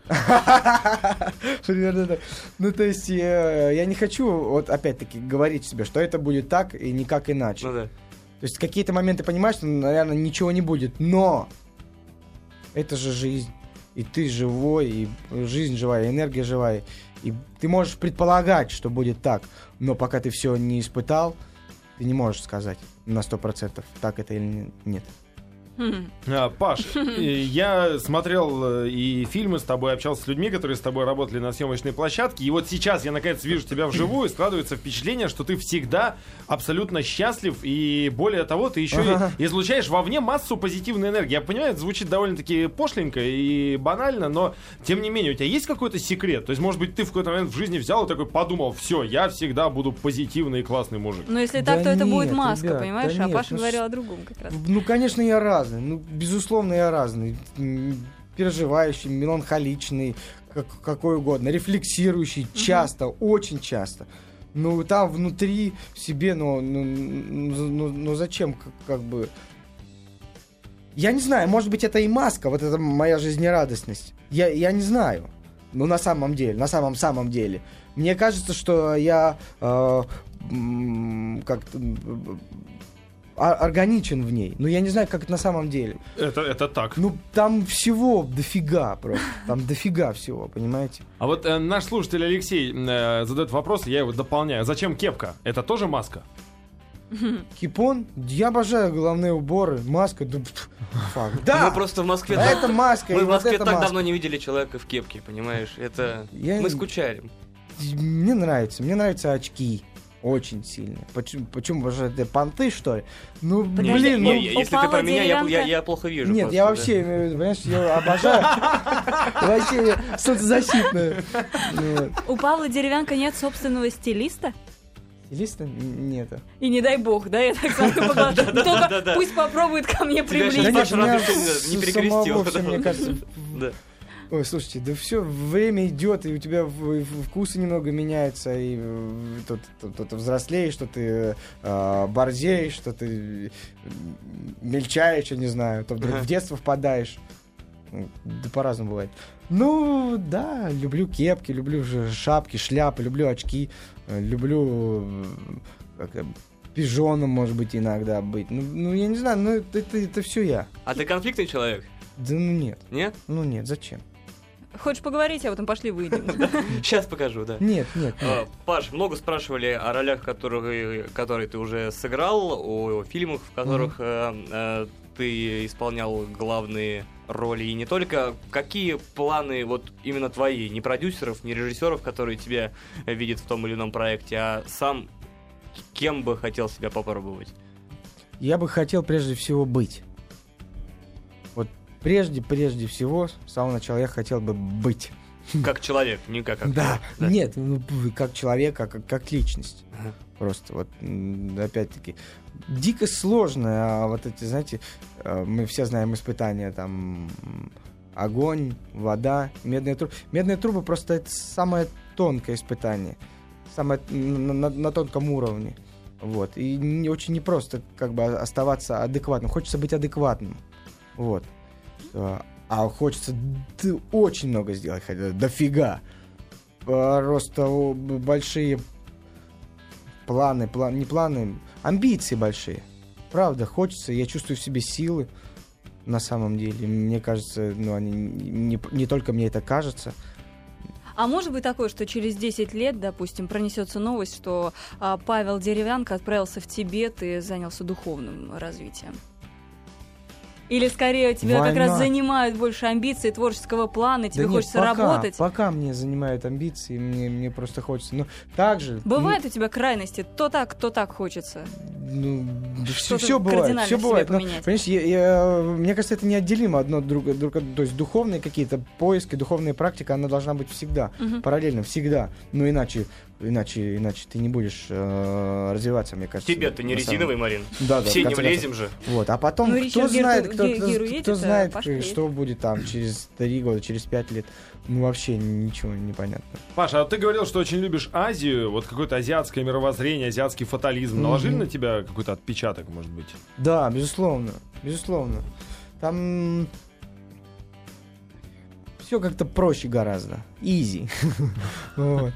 [SPEAKER 4] Примерно так. Ну, то есть, э, я не хочу, вот опять-таки, говорить себе, что это будет так и никак иначе.
[SPEAKER 3] Ну да.
[SPEAKER 4] То есть, какие-то моменты понимаешь, что, наверное, ничего не будет, но это же жизнь. И ты живой, и жизнь живая, и энергия живая. И ты можешь предполагать, что будет так, но пока ты все не испытал, ты не можешь сказать на 100%, так это или не- нет.
[SPEAKER 5] Хм.
[SPEAKER 2] А, Паш, э, я смотрел э, и фильмы с тобой, общался с людьми, которые с тобой работали на съемочной площадке. И вот сейчас я наконец вижу тебя вживую, и складывается впечатление, что ты всегда абсолютно счастлив. И более того, ты еще
[SPEAKER 4] Ага.
[SPEAKER 2] и излучаешь вовне массу позитивной энергии. Я понимаю, это звучит довольно-таки пошленько и банально, но тем не менее, у тебя есть какой-то секрет? То есть, может быть, ты в какой-то момент в жизни взял и такой подумал: все, я всегда буду позитивный и классный мужик.
[SPEAKER 5] Но Ну, если
[SPEAKER 4] Да
[SPEAKER 5] так, то это будет
[SPEAKER 4] нет,
[SPEAKER 5] маска,
[SPEAKER 4] ребят,
[SPEAKER 5] понимаешь?
[SPEAKER 4] да
[SPEAKER 5] а
[SPEAKER 4] нет,
[SPEAKER 5] Паша
[SPEAKER 4] ну
[SPEAKER 5] говорил
[SPEAKER 4] с-
[SPEAKER 5] о другом как раз.
[SPEAKER 4] Ну, конечно, я разный. Ну, безусловно, я разный. М, Переживающий, меланхоличный, как- какой угодно. Рефлексирующий часто, очень часто. Ну, там внутри в себе, ну, ну, ну, ну, ну, зачем, как, как бы... Я не знаю, может быть, это и маска, вот это моя жизнерадостность. Я, я не знаю. Ну, на самом деле, на самом-самом деле. Мне кажется, что я э, м, как-то м, а- органичен в ней. Но я не знаю, как это на самом деле.
[SPEAKER 2] Это, это так.
[SPEAKER 4] Ну, там всего дофига просто. Там дофига всего, понимаете?
[SPEAKER 2] А вот э, наш слушатель Алексей э, задает вопрос, я его дополняю. Зачем кепка? Это тоже маска?
[SPEAKER 4] Кипон, я обожаю головные уборы, маска, да, пф, фак. Да,
[SPEAKER 3] Ну, Мы просто в Москве...
[SPEAKER 4] а
[SPEAKER 3] так-
[SPEAKER 4] это маска, и
[SPEAKER 3] Мы в
[SPEAKER 4] вот
[SPEAKER 3] Москве
[SPEAKER 4] это
[SPEAKER 3] так
[SPEAKER 4] маска.
[SPEAKER 3] давно не видели человека в кепке, понимаешь? Это...
[SPEAKER 4] Я-
[SPEAKER 3] Мы скучаем.
[SPEAKER 4] Мне нравится, мне нравятся очки. Очень сильно. Почему, почему обожаю? Это понты, что ли? Ну,
[SPEAKER 5] Подожди,
[SPEAKER 4] блин, ну...
[SPEAKER 5] я-
[SPEAKER 3] Не, если ты
[SPEAKER 5] упала
[SPEAKER 3] про меня, я, я,
[SPEAKER 5] деревянка.
[SPEAKER 3] я плохо вижу.
[SPEAKER 4] Нет,
[SPEAKER 3] просто,
[SPEAKER 4] я
[SPEAKER 3] да.
[SPEAKER 4] вообще, имею в виду, понимаешь, я обожаю. Вообще, я солнцезащитную. Ну, вот.
[SPEAKER 5] У Павла Деревянка нет собственного стилиста?
[SPEAKER 4] Стилиста н- нету.
[SPEAKER 5] И не дай бог, да, я так сразу поглажу. Только
[SPEAKER 3] да.
[SPEAKER 5] пусть попробует ко мне
[SPEAKER 3] Тебя щас
[SPEAKER 5] приблизиться.
[SPEAKER 4] Да нет,
[SPEAKER 3] Саша разве
[SPEAKER 4] меня
[SPEAKER 3] что не-
[SPEAKER 4] с-
[SPEAKER 3] не
[SPEAKER 4] с-
[SPEAKER 3] перекрестил,
[SPEAKER 4] самого
[SPEAKER 3] да.
[SPEAKER 4] всё, мне кажется.
[SPEAKER 3] Да.
[SPEAKER 4] Ой, слушайте, да все, время идет, и у тебя в- в- вкусы немного меняются, и э, то, то- то ты взрослеешь, что ты э, борзеешь, что ты э, мельчаешь, я не знаю, то вдруг в детство впадаешь. Ну, Да по-разному бывает. Ну, да, люблю кепки, люблю ж- шапки, шляпы, люблю очки, э, люблю э, как там, пижоном, может быть, иногда быть. Ну, ну, я не знаю, ну, это, все я.
[SPEAKER 3] А ты конфликтный человек?
[SPEAKER 4] Да ну нет,
[SPEAKER 3] Нет?
[SPEAKER 4] ну нет, зачем?
[SPEAKER 5] Хочешь поговорить, а потом пошли выйдем.
[SPEAKER 3] Сейчас покажу, да.
[SPEAKER 4] Нет, нет, нет.
[SPEAKER 3] А, Паш, много спрашивали о ролях, которые, которые ты уже сыграл, о, фильмах, в которых э, э, ты исполнял главные роли, и не только. Какие планы вот именно твои, не продюсеров, не режиссеров, которые тебя э, видят в том или ином проекте, а сам кем бы хотел себя попробовать?
[SPEAKER 4] Я бы хотел прежде всего быть. Вот прежде, прежде всего, с самого начала я хотел бы быть.
[SPEAKER 3] Как человек, не как актер.
[SPEAKER 4] Хм. Да. Нет, ну, п- как человека, как, как личность.
[SPEAKER 3] Ага.
[SPEAKER 4] Просто вот, м, опять-таки, дико сложно, а вот эти, знаете, э, мы все знаем испытания, там, м, огонь, вода, медная труба. Медная труба просто это самое тонкое испытание, самое т- на, на- на тонком уровне. Вот. И не, очень непросто как бы о- оставаться адекватным. Хочется быть адекватным. Вот. Э, А хочется д- очень много сделать, хотя дофига просто о, б- большие планы, план, не планы, амбиции большие. Правда, хочется, я чувствую в себе силы на самом деле. Мне кажется, ну, они не, не только мне это кажется.
[SPEAKER 5] А может быть такое, что через 10 лет, допустим, пронесется новость, что а, Павел Деревянко отправился в Тибет и занялся духовным развитием? Или скорее тебя как раз
[SPEAKER 4] Война.
[SPEAKER 5] занимают больше амбиций творческого плана, и тебе
[SPEAKER 4] Да нет,
[SPEAKER 5] хочется
[SPEAKER 4] пока,
[SPEAKER 5] работать?
[SPEAKER 4] Пока мне занимают амбиции, мне, мне просто хочется. Но также...
[SPEAKER 5] Бывают у тебя крайности, то так, то так хочется.
[SPEAKER 4] Ну, все,
[SPEAKER 5] Что-то
[SPEAKER 4] бывает,
[SPEAKER 5] кардинально
[SPEAKER 4] все
[SPEAKER 5] в себе
[SPEAKER 4] бывает. но,
[SPEAKER 5] поменять.
[SPEAKER 4] понимаешь, я- я- мне кажется, это неотделимо одно от друга, друг от- То есть духовные какие-то поиски, духовная практика, она должна быть всегда.
[SPEAKER 5] Мгм.
[SPEAKER 4] параллельно всегда. Ну иначе, иначе, иначе ты не будешь э, развиваться, мне кажется.
[SPEAKER 3] Тебе-то не
[SPEAKER 4] на самом-
[SPEAKER 3] резиновый, Марин.
[SPEAKER 4] Да, да.
[SPEAKER 3] Все не
[SPEAKER 4] в конце
[SPEAKER 3] влезем же.
[SPEAKER 4] концов. Вот, а потом
[SPEAKER 5] Ну,
[SPEAKER 4] кто
[SPEAKER 5] Ричард Гир-
[SPEAKER 4] знает, кто,
[SPEAKER 5] Гир-
[SPEAKER 4] кто-
[SPEAKER 5] Гир
[SPEAKER 4] кто
[SPEAKER 5] уедет, а
[SPEAKER 4] знает,
[SPEAKER 5] Пашка
[SPEAKER 4] что будет там через три года, через пять лет. Ну вообще ничего не понятно.
[SPEAKER 2] Паша, а ты говорил, что очень любишь Азию, вот какое-то азиатское мировоззрение, азиатский фатализм. Наложили
[SPEAKER 4] Мгм.
[SPEAKER 2] на тебя какой-то отпечаток, может быть?
[SPEAKER 4] Да, безусловно, безусловно. Там все как-то проще гораздо. Изи. Вот.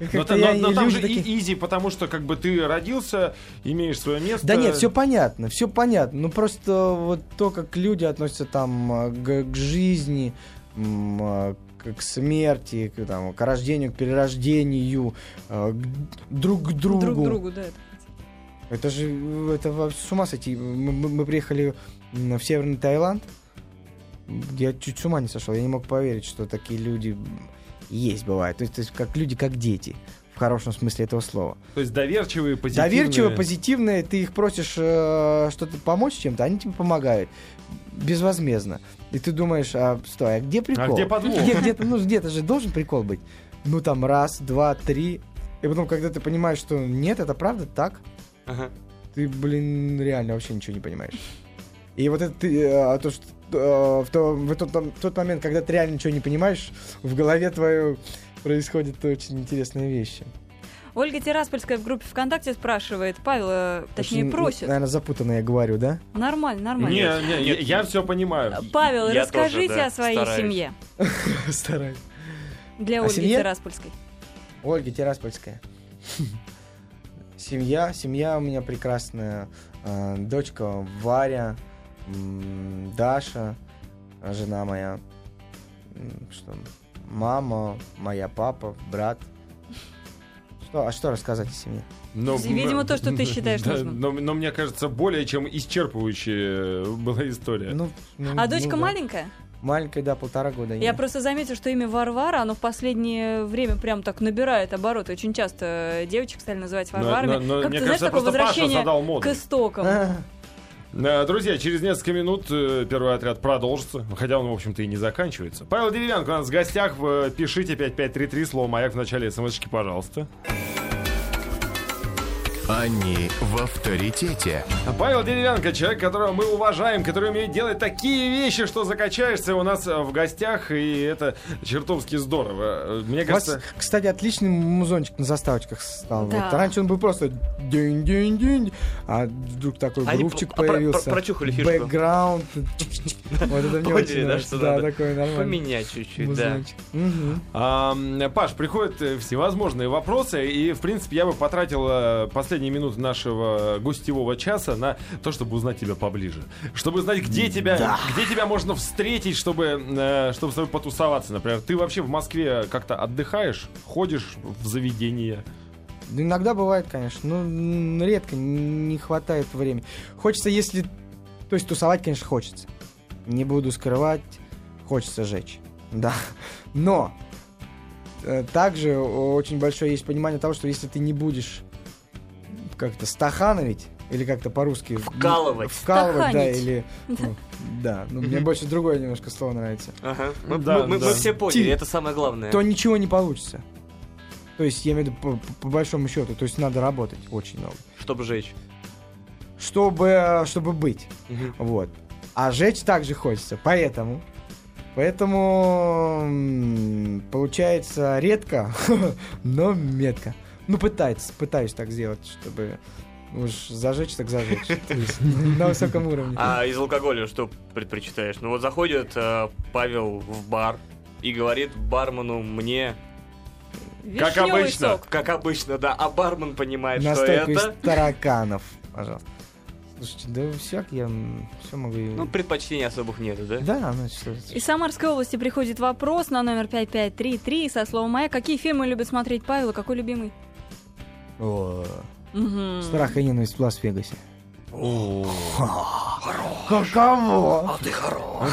[SPEAKER 4] И
[SPEAKER 2] Но,
[SPEAKER 4] как-то
[SPEAKER 2] та-
[SPEAKER 4] я-
[SPEAKER 2] Ну, но- но
[SPEAKER 4] и
[SPEAKER 2] там
[SPEAKER 4] люди
[SPEAKER 2] же
[SPEAKER 4] такие-
[SPEAKER 2] и изи, потому что как бы ты родился, имеешь свое место.
[SPEAKER 4] Да нет, все понятно, все понятно. Ну просто вот то, как люди относятся там э, к, к жизни, м, э, к к смерти, к, там, к рождению, к перерождению, э, к- друг к другу.
[SPEAKER 5] Друг к другу, да. это.
[SPEAKER 4] Это же э, это во- с ума сойти. Мы, мы- мы приехали м, в Северный Таиланд. Я чуть с ума не сошел. Я не мог поверить, что такие люди м, есть бывают. То есть, то есть как люди, как дети. В хорошем смысле этого слова.
[SPEAKER 2] То есть доверчивые, позитивные. А
[SPEAKER 4] Доверчиво, позитивные, ты их просишь э, что-то помочь чем-то, они тебе помогают безвозмездно. И ты думаешь, а стой, а где прикол?
[SPEAKER 2] А где подвох?
[SPEAKER 4] Где, где-то, ну, где-то же должен прикол быть. Ну, там раз, два, три. И потом, когда ты понимаешь, что нет, это правда так,
[SPEAKER 3] Ага.
[SPEAKER 4] ты, блин, реально вообще ничего не понимаешь. И вот это ты, э, то, что э, в, то- в тот, там- тот момент, когда ты реально ничего не понимаешь, в голове твоей происходят очень интересные вещи.
[SPEAKER 5] Ольга Тираспольская в группе ВКонтакте спрашивает, Павел, э, точнее,
[SPEAKER 4] Очень,
[SPEAKER 5] просит.
[SPEAKER 4] Наверное, запутанно я говорю, да?
[SPEAKER 5] Нормально,
[SPEAKER 2] Не,
[SPEAKER 5] нормально.
[SPEAKER 2] не,
[SPEAKER 3] Нет,
[SPEAKER 2] я-
[SPEAKER 3] нет.
[SPEAKER 2] я все
[SPEAKER 5] Э,
[SPEAKER 2] понимаю.
[SPEAKER 5] Павел,
[SPEAKER 3] Я
[SPEAKER 5] расскажите
[SPEAKER 3] тоже, да,
[SPEAKER 5] о своей
[SPEAKER 3] стараюсь.
[SPEAKER 5] семье.
[SPEAKER 4] Стараюсь.
[SPEAKER 5] Для
[SPEAKER 4] О
[SPEAKER 5] Ольги
[SPEAKER 4] семье?
[SPEAKER 5] Тираспольской.
[SPEAKER 4] Ольга Тираспольская. Семья, семья у меня прекрасная. э, дочка Варя, м, Даша, э, жена моя, м, что, мама, моя папа, брат. Что, а что рассказать о семье?
[SPEAKER 2] Но,
[SPEAKER 5] Видимо, то, что ты считаешь
[SPEAKER 2] Да,
[SPEAKER 5] нужным.
[SPEAKER 2] Но, но мне кажется, более чем исчерпывающая была история.
[SPEAKER 4] Ну, ну,
[SPEAKER 5] А дочка
[SPEAKER 4] ну да.
[SPEAKER 5] маленькая?
[SPEAKER 4] Маленькая, да, полтора года. ей.
[SPEAKER 5] Я просто заметила, что имя Варвара, оно в последнее время прям так набирает обороты. Очень часто девочек стали называть
[SPEAKER 2] Но-
[SPEAKER 5] Варварами.
[SPEAKER 2] но- но
[SPEAKER 5] как
[SPEAKER 2] мне
[SPEAKER 5] ты знаешь,
[SPEAKER 2] кажется,
[SPEAKER 5] такое
[SPEAKER 2] просто Паша
[SPEAKER 5] возвращение
[SPEAKER 2] задал моду.
[SPEAKER 5] к истокам.
[SPEAKER 4] А,
[SPEAKER 2] Э, Друзья, через несколько минут э, первый отряд продолжится, хотя он, в общем-то, и не заканчивается. Павел Деревянко у нас в гостях. Э, Пишите 5533, слово «Маяк» в начале смс-очки, пожалуйста.
[SPEAKER 1] Они в авторитете.
[SPEAKER 2] Павел Деревянко, человек, которого мы уважаем, который умеет делать такие вещи, что закачаешься у нас э, в гостях, и это чертовски здорово. Э, Мне
[SPEAKER 4] у вас,
[SPEAKER 2] кажется...
[SPEAKER 4] кстати, отличный музончик на заставочках стал.
[SPEAKER 5] Да.
[SPEAKER 4] Вот раньше он был просто день-день-день, а вдруг такой
[SPEAKER 3] Они
[SPEAKER 4] грувчик
[SPEAKER 3] про- про- про-
[SPEAKER 4] появился.
[SPEAKER 3] прочухали фишку.
[SPEAKER 4] Бэкграунд. Вот это
[SPEAKER 3] Поняли,
[SPEAKER 4] мне очень
[SPEAKER 3] да,
[SPEAKER 4] нравится.
[SPEAKER 3] что
[SPEAKER 4] Да,
[SPEAKER 3] надо
[SPEAKER 4] такой нормальный.
[SPEAKER 3] Поменять чуть-чуть, да.
[SPEAKER 4] музончик. Мгм.
[SPEAKER 2] А, м, Паш, приходят э, всевозможные вопросы, и, в принципе, я бы потратил э, последние минуты нашего гостевого часа на то, чтобы узнать тебя поближе. Чтобы знать, где тебя, где тебя можно встретить, чтобы, э, чтобы с тобой потусоваться, например. Ты вообще в Москве как-то отдыхаешь, ходишь в заведение?
[SPEAKER 4] Да Иногда бывает, конечно, но м, редко н- не хватает времени. Хочется, если... То есть тусовать, конечно, хочется. Не буду скрывать, хочется жечь. Да. Но э, также очень большое есть понимание того, что если ты не будешь как-то стахановить, или как-то по-русски...
[SPEAKER 3] Вкалывать.
[SPEAKER 4] Вкалывать, да,
[SPEAKER 5] Стаханить.
[SPEAKER 4] или... ну, Да, ну, мне
[SPEAKER 3] Мгм.
[SPEAKER 4] больше другое немножко слово нравится.
[SPEAKER 3] Ага.
[SPEAKER 4] Ну
[SPEAKER 3] Мы,
[SPEAKER 2] Да,
[SPEAKER 3] мы- мы-
[SPEAKER 2] да.
[SPEAKER 3] мы все поняли,
[SPEAKER 4] Ти-
[SPEAKER 3] это самое главное.
[SPEAKER 4] то ничего не получится. То есть, я имею в виду по, по- по большому счету, то есть надо работать очень много.
[SPEAKER 3] Чтобы жечь.
[SPEAKER 4] Чтобы, э, чтобы быть. Вот. А жечь также хочется, поэтому. Поэтому м, получается редко, но метко. Ну, пытается, пытаюсь так сделать, чтобы уж зажечь, так зажечь. То есть, На высоком уровне.
[SPEAKER 3] А из алкоголя что предпочитаешь? Ну вот заходит э, Павел в бар и говорит бармену мне,
[SPEAKER 5] Вишневый
[SPEAKER 2] Как обычно.
[SPEAKER 5] сок.
[SPEAKER 3] как обычно, да, а бармен понимает, что
[SPEAKER 4] Настойку из
[SPEAKER 3] это...
[SPEAKER 4] тараканов, пожалуйста. Слушайте, да всяк я все могу... и-
[SPEAKER 3] Ну, предпочтений особых нету, да?
[SPEAKER 4] Да, ну что...
[SPEAKER 5] Из Самарской области приходит вопрос на номер 5533 со словом «Моя». Какие фильмы любит смотреть Павел и какой любимый?
[SPEAKER 4] О,
[SPEAKER 5] Мгм.
[SPEAKER 4] Страх и ненависть в Лас-Вегасе. Каково?
[SPEAKER 3] А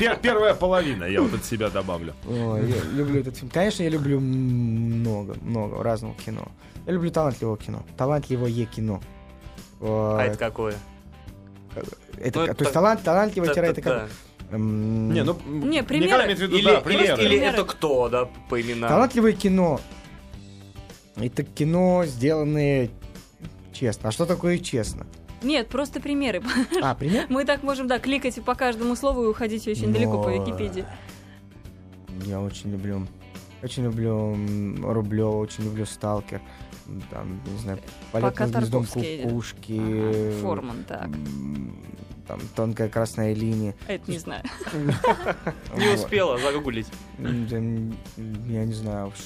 [SPEAKER 2] Пер- Первая половина, я вот от себя добавлю.
[SPEAKER 4] Ой, я люблю этот фильм. Конечно, я люблю много, много разного кино. Я люблю талантливого кино. Талантливое кино.
[SPEAKER 3] А
[SPEAKER 4] Э,
[SPEAKER 3] это какое?
[SPEAKER 4] это,
[SPEAKER 3] ну,
[SPEAKER 4] то
[SPEAKER 3] это
[SPEAKER 4] есть
[SPEAKER 3] так-
[SPEAKER 4] талант, талантливое тире, это Типа как...
[SPEAKER 3] Да.
[SPEAKER 4] Эм,
[SPEAKER 2] Не, ну... м,
[SPEAKER 5] Не, примеры.
[SPEAKER 2] Николай имеет в виду,
[SPEAKER 3] Или,
[SPEAKER 2] да,
[SPEAKER 3] или-
[SPEAKER 2] примеры.
[SPEAKER 3] или
[SPEAKER 5] Примеры.
[SPEAKER 3] это кто, да, по именам?
[SPEAKER 4] Талантливое кино. Это кино, сделанное честно. А что такое честно?
[SPEAKER 5] Нет, просто примеры.
[SPEAKER 4] А, пример?
[SPEAKER 5] Мы так можем, да, кликать по каждому слову и уходить очень далеко по
[SPEAKER 4] Но-
[SPEAKER 5] Википедии.
[SPEAKER 4] Я очень люблю. Очень люблю м, Рублева, очень люблю Сталкер. М, Там, не знаю, полет
[SPEAKER 5] Пока
[SPEAKER 4] над гнездом
[SPEAKER 5] Тарковский идет.
[SPEAKER 4] кукушки.
[SPEAKER 5] Ага,
[SPEAKER 4] э,
[SPEAKER 5] Форман, так.
[SPEAKER 4] м, Там тонкая красная линия.
[SPEAKER 5] А Это не знаю.
[SPEAKER 3] Не
[SPEAKER 4] Вот.
[SPEAKER 3] успела загуглить.
[SPEAKER 4] М, да, м, Я не знаю. ш-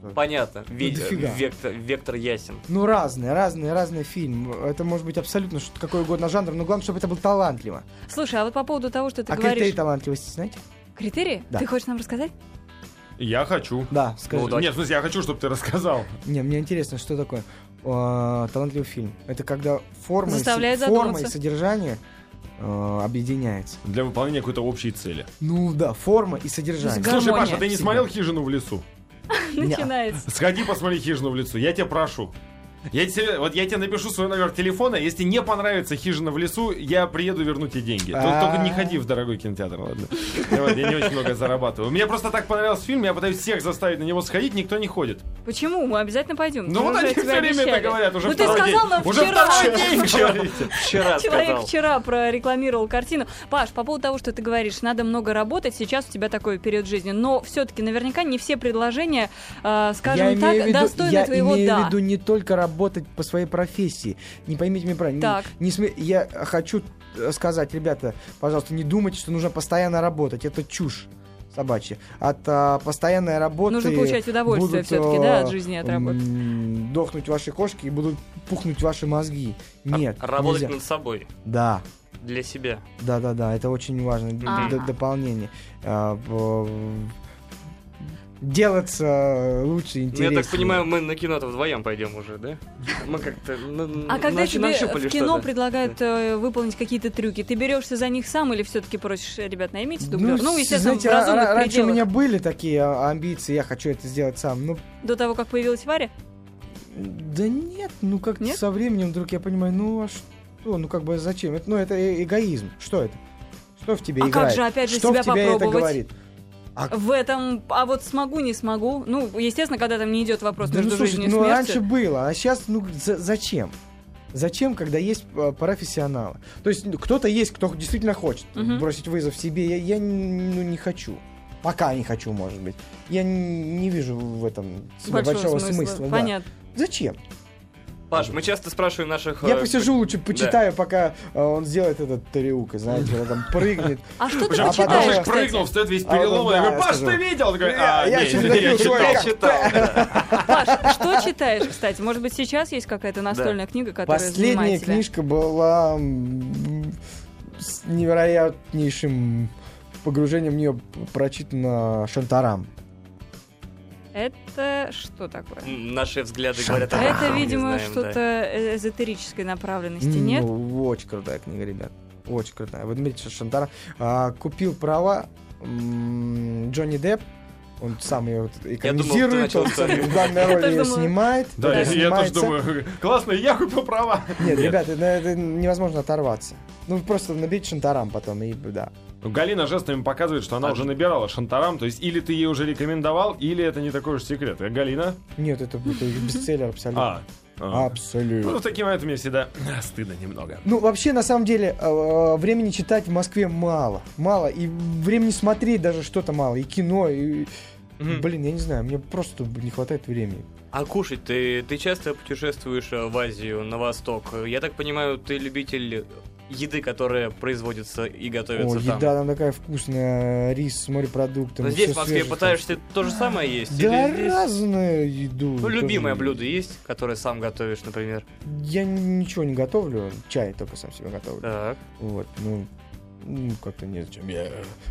[SPEAKER 4] что.
[SPEAKER 3] Понятно. Ве-
[SPEAKER 4] дофига.
[SPEAKER 3] вектор, вектор ясен.
[SPEAKER 4] Ну, разные, разные, разные фильм. Это может быть абсолютно что- какой угодно жанр, но главное, чтобы это было талантливо.
[SPEAKER 5] Слушай, а вот по поводу того, что ты
[SPEAKER 4] а критерий
[SPEAKER 5] говоришь...
[SPEAKER 4] талантливости, знаете?
[SPEAKER 5] Критерии?
[SPEAKER 4] Да.
[SPEAKER 5] Ты хочешь нам рассказать?
[SPEAKER 2] Я хочу.
[SPEAKER 4] Да, скажи.
[SPEAKER 3] Ну, да.
[SPEAKER 2] Нет, в смысле, я хочу, чтобы ты рассказал.
[SPEAKER 4] Не, мне интересно, что такое а, талантливый фильм. Это когда форма, и с-
[SPEAKER 5] Заставляет
[SPEAKER 4] форма и
[SPEAKER 5] задуматься.
[SPEAKER 4] содержание а, объединяется.
[SPEAKER 2] Для выполнения какой-то общей цели.
[SPEAKER 4] Ну да, форма и содержание.
[SPEAKER 5] Гармония.
[SPEAKER 2] Слушай, Паша, ты не
[SPEAKER 4] Всегда.
[SPEAKER 2] смотрел «Хижину в лесу»?
[SPEAKER 5] Начинается.
[SPEAKER 2] Сходи, посмотри «Хижину в лесу», я тебя прошу. Я тебе, вот я тебе напишу свой номер телефона, если не понравится «Хижина в лесу», я приеду верну тебе деньги. Только-
[SPEAKER 4] А.
[SPEAKER 2] Только не ходи в дорогой кинотеатр, ладно? Я вот- я не очень много зарабатываю. Мне просто так понравился фильм, я пытаюсь всех заставить на него сходить, никто не ходит.
[SPEAKER 5] Почему? Мы обязательно пойдем.
[SPEAKER 2] Ну вот они все время это говорят, уже
[SPEAKER 5] Ну ты
[SPEAKER 2] второй день.
[SPEAKER 5] сказал нам
[SPEAKER 2] Уже
[SPEAKER 5] вчера.
[SPEAKER 2] второй день говорите.
[SPEAKER 3] Вчера
[SPEAKER 5] Человек
[SPEAKER 3] сказал.
[SPEAKER 5] вчера прорекламировал картину. Паш, по поводу того, что ты говоришь, надо много работать, сейчас у тебя такой период жизни, но все-таки наверняка не все предложения, э, скажем
[SPEAKER 4] я
[SPEAKER 5] так,
[SPEAKER 4] имею в виду,
[SPEAKER 5] достойны
[SPEAKER 4] я
[SPEAKER 5] твоего
[SPEAKER 4] имею
[SPEAKER 5] «да».
[SPEAKER 4] в виду не только работать по своей профессии. Не поймите меня правильно. не-
[SPEAKER 5] Так.
[SPEAKER 4] не сме- Я хочу э, сказать, ребята, пожалуйста, не думайте, что нужно постоянно работать. Это чушь. собачьи. От а, постоянной работы...
[SPEAKER 5] Нужно получать удовольствие
[SPEAKER 4] будут,
[SPEAKER 5] все-таки, да,
[SPEAKER 4] а,
[SPEAKER 5] от жизни, от работы.
[SPEAKER 4] м, Дохнуть ваши кошки и будут пухнуть ваши мозги. Нет,
[SPEAKER 3] Работать
[SPEAKER 4] нельзя.
[SPEAKER 3] над собой.
[SPEAKER 4] Да,
[SPEAKER 3] Для себя.
[SPEAKER 4] да, да, да, это очень важно. д-
[SPEAKER 5] Ага.
[SPEAKER 4] д- Дополнение. А, в- Делаться лучше,
[SPEAKER 3] Ну,
[SPEAKER 4] интереснее.
[SPEAKER 3] я так понимаю, мы на кино-то вдвоем пойдем уже, да? Мы как-то на-
[SPEAKER 5] А когда
[SPEAKER 3] на-
[SPEAKER 5] тебе
[SPEAKER 3] нащупали
[SPEAKER 5] в кино
[SPEAKER 3] что-то.
[SPEAKER 5] предлагают э, выполнить какие-то трюки, ты берешься за них сам или все-таки просишь, ребят, наймите дублера? Ну, естественно,
[SPEAKER 4] знаете,
[SPEAKER 5] в разумных
[SPEAKER 4] ра- раньше у
[SPEAKER 5] пределах.
[SPEAKER 4] меня были такие а, амбиции, я хочу это сделать сам. Ну,
[SPEAKER 5] До того, как появилась Варя?
[SPEAKER 4] да нет, ну как-то
[SPEAKER 5] Нет?
[SPEAKER 4] со временем вдруг я понимаю, ну а что, ну как бы зачем? Это, ну это э- эгоизм. Что это? Что в тебе
[SPEAKER 5] А как
[SPEAKER 4] играет?
[SPEAKER 5] же, опять же,
[SPEAKER 4] что
[SPEAKER 5] себя
[SPEAKER 4] в тебе это
[SPEAKER 5] попробовать?
[SPEAKER 4] говорит? А-
[SPEAKER 5] В этом, а вот смогу, не смогу. Ну, естественно, когда там не идет вопрос
[SPEAKER 4] Да ну
[SPEAKER 5] между
[SPEAKER 4] слушай,
[SPEAKER 5] жизнью и
[SPEAKER 4] ну
[SPEAKER 5] смертью.
[SPEAKER 4] раньше было, а сейчас, ну за- зачем? Зачем, когда есть э, профессионалы? То есть ну, кто-то есть, кто действительно хочет
[SPEAKER 5] Мгм.
[SPEAKER 4] бросить вызов себе, я, я н- ну, не хочу. Пока не хочу, может быть. Я н- не вижу в этом большого, смысла. да.
[SPEAKER 5] Понятно.
[SPEAKER 4] Зачем?
[SPEAKER 3] Паш, мы часто спрашиваем наших...
[SPEAKER 4] Я
[SPEAKER 3] э,
[SPEAKER 4] посижу лучше, почитаю, пока э, он сделает этот тарелка, знаете, когда там прыгнет.
[SPEAKER 5] А что ты
[SPEAKER 2] Причем
[SPEAKER 4] А потом
[SPEAKER 5] почитаешь,
[SPEAKER 2] мужик
[SPEAKER 5] кстати?
[SPEAKER 2] прыгнул, встает весь
[SPEAKER 4] А,
[SPEAKER 2] переломанный.
[SPEAKER 4] да,
[SPEAKER 2] Я говорю, Паш,
[SPEAKER 4] скажу.
[SPEAKER 2] ты видел? Он такой,
[SPEAKER 4] Я-
[SPEAKER 2] а,
[SPEAKER 4] я
[SPEAKER 2] не,
[SPEAKER 4] чуть
[SPEAKER 2] не,
[SPEAKER 4] не
[SPEAKER 2] я
[SPEAKER 4] допил,
[SPEAKER 2] читал,
[SPEAKER 4] Коля.
[SPEAKER 2] читал.
[SPEAKER 5] Паш, что читаешь, кстати? Может быть, сейчас есть какая-то настольная книга, которая
[SPEAKER 4] Последняя
[SPEAKER 5] занимает тебя?
[SPEAKER 4] книжка была м, с невероятнейшим погружением в нее прочитана Шантарам.
[SPEAKER 5] Это что такое?
[SPEAKER 3] м, Наши взгляды
[SPEAKER 4] Шантаж.
[SPEAKER 3] говорят...
[SPEAKER 5] А
[SPEAKER 3] о
[SPEAKER 5] это,
[SPEAKER 3] разном, не
[SPEAKER 5] видимо,
[SPEAKER 3] знаем, да.
[SPEAKER 5] что-то э- эзотерической направленности, нет?
[SPEAKER 4] Ну, очень крутая книга, ребят. Очень крутая. Вот смотрите, что Шантарам а, купил права м, Джонни Депп. Он сам ее вот экранизирует,
[SPEAKER 3] начал
[SPEAKER 4] он сам
[SPEAKER 3] историю.
[SPEAKER 4] в главной
[SPEAKER 5] Я тоже
[SPEAKER 4] роли ее
[SPEAKER 5] думала.
[SPEAKER 4] снимает.
[SPEAKER 2] Да, я-
[SPEAKER 4] она
[SPEAKER 2] я тоже
[SPEAKER 4] снимается.
[SPEAKER 2] думаю, классно, я купил права.
[SPEAKER 4] Нет,
[SPEAKER 2] Нет.
[SPEAKER 4] ребята, на это невозможно оторваться. Ну, вы просто набейте шантарам потом, и да.
[SPEAKER 2] Ну, Галина жестами показывает, что она
[SPEAKER 3] А.
[SPEAKER 2] уже набирала Шантарам, то есть или ты ей уже рекомендовал, или это не такой уж секрет. А, Галина?
[SPEAKER 4] Нет, это, это бестселлер абсолютно.
[SPEAKER 2] А. а. Ну,
[SPEAKER 4] Абсолютно.
[SPEAKER 2] в такие моменты мне всегда а, стыдно немного.
[SPEAKER 4] Ну, вообще, на самом деле, э, э, времени читать в Москве мало. Мало. И времени смотреть даже что-то мало. И кино, и...
[SPEAKER 3] Мгм.
[SPEAKER 4] Блин, я не знаю, мне просто не хватает времени.
[SPEAKER 3] А кушать ты, ты часто путешествуешь э, в Азию, на восток. Я так понимаю, ты любитель еды, которая производится и готовится
[SPEAKER 4] О,
[SPEAKER 3] там.
[SPEAKER 4] еда там такая вкусная, рис с морепродуктами.
[SPEAKER 3] Но здесь,
[SPEAKER 4] всё
[SPEAKER 3] в Москве,
[SPEAKER 4] свежее.
[SPEAKER 3] пытаешься то же самое есть?
[SPEAKER 4] Да
[SPEAKER 3] или здесь-
[SPEAKER 4] разную еду.
[SPEAKER 3] Ну, любимое блюдо есть, которое сам готовишь, например.
[SPEAKER 4] Я н- ничего не готовлю, чай только сам себе готовлю.
[SPEAKER 3] Так.
[SPEAKER 4] Вот, ну, ну, как-то незачем, я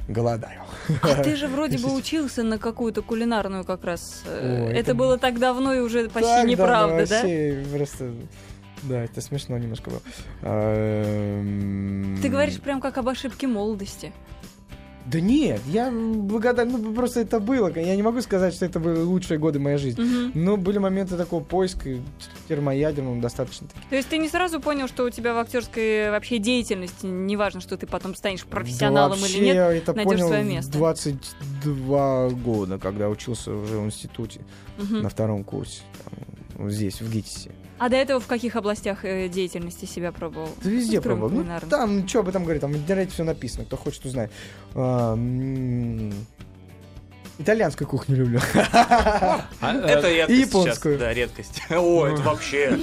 [SPEAKER 4] голодаю.
[SPEAKER 5] А ты же вроде бы учился на какую-то кулинарную как раз. э,
[SPEAKER 4] Ой,
[SPEAKER 5] это,
[SPEAKER 4] это-
[SPEAKER 5] было так давно и уже почти
[SPEAKER 4] Так
[SPEAKER 5] неправда,
[SPEAKER 4] давно,
[SPEAKER 5] да?
[SPEAKER 4] вообще, Просто, да, это смешно немножко было. Эм,
[SPEAKER 5] Ты говоришь прям как об ошибке молодости.
[SPEAKER 4] Да нет, я благодарен, ну, просто это было. Я не могу сказать, что это были лучшие годы моей жизни.
[SPEAKER 5] Мгм.
[SPEAKER 4] Но были моменты такого поиска термоядерного достаточно таки.
[SPEAKER 5] То есть ты не сразу понял, что у тебя в актерской вообще деятельности, неважно, что ты потом станешь
[SPEAKER 4] Да
[SPEAKER 5] профессионалом
[SPEAKER 4] вообще,
[SPEAKER 5] или нет.
[SPEAKER 4] я это
[SPEAKER 5] найдёшь
[SPEAKER 4] понял
[SPEAKER 5] своё
[SPEAKER 4] в
[SPEAKER 5] место.
[SPEAKER 4] 22 года, когда учился уже в институте
[SPEAKER 5] Мгм.
[SPEAKER 4] на втором курсе. там, вот здесь, в ГИТИСе.
[SPEAKER 5] А до этого в каких областях э, деятельности себя пробовал?
[SPEAKER 4] Да везде
[SPEAKER 5] Ну, кроме
[SPEAKER 4] пробовал. Ну,
[SPEAKER 5] кулинарных.
[SPEAKER 4] там, что об этом говорит, там в интернете все написано, кто хочет, узнает. А, м, Итальянскую кухню люблю.
[SPEAKER 3] Это редкость
[SPEAKER 4] А, э, японскую.
[SPEAKER 3] сейчас, Да, редкость. О, это вообще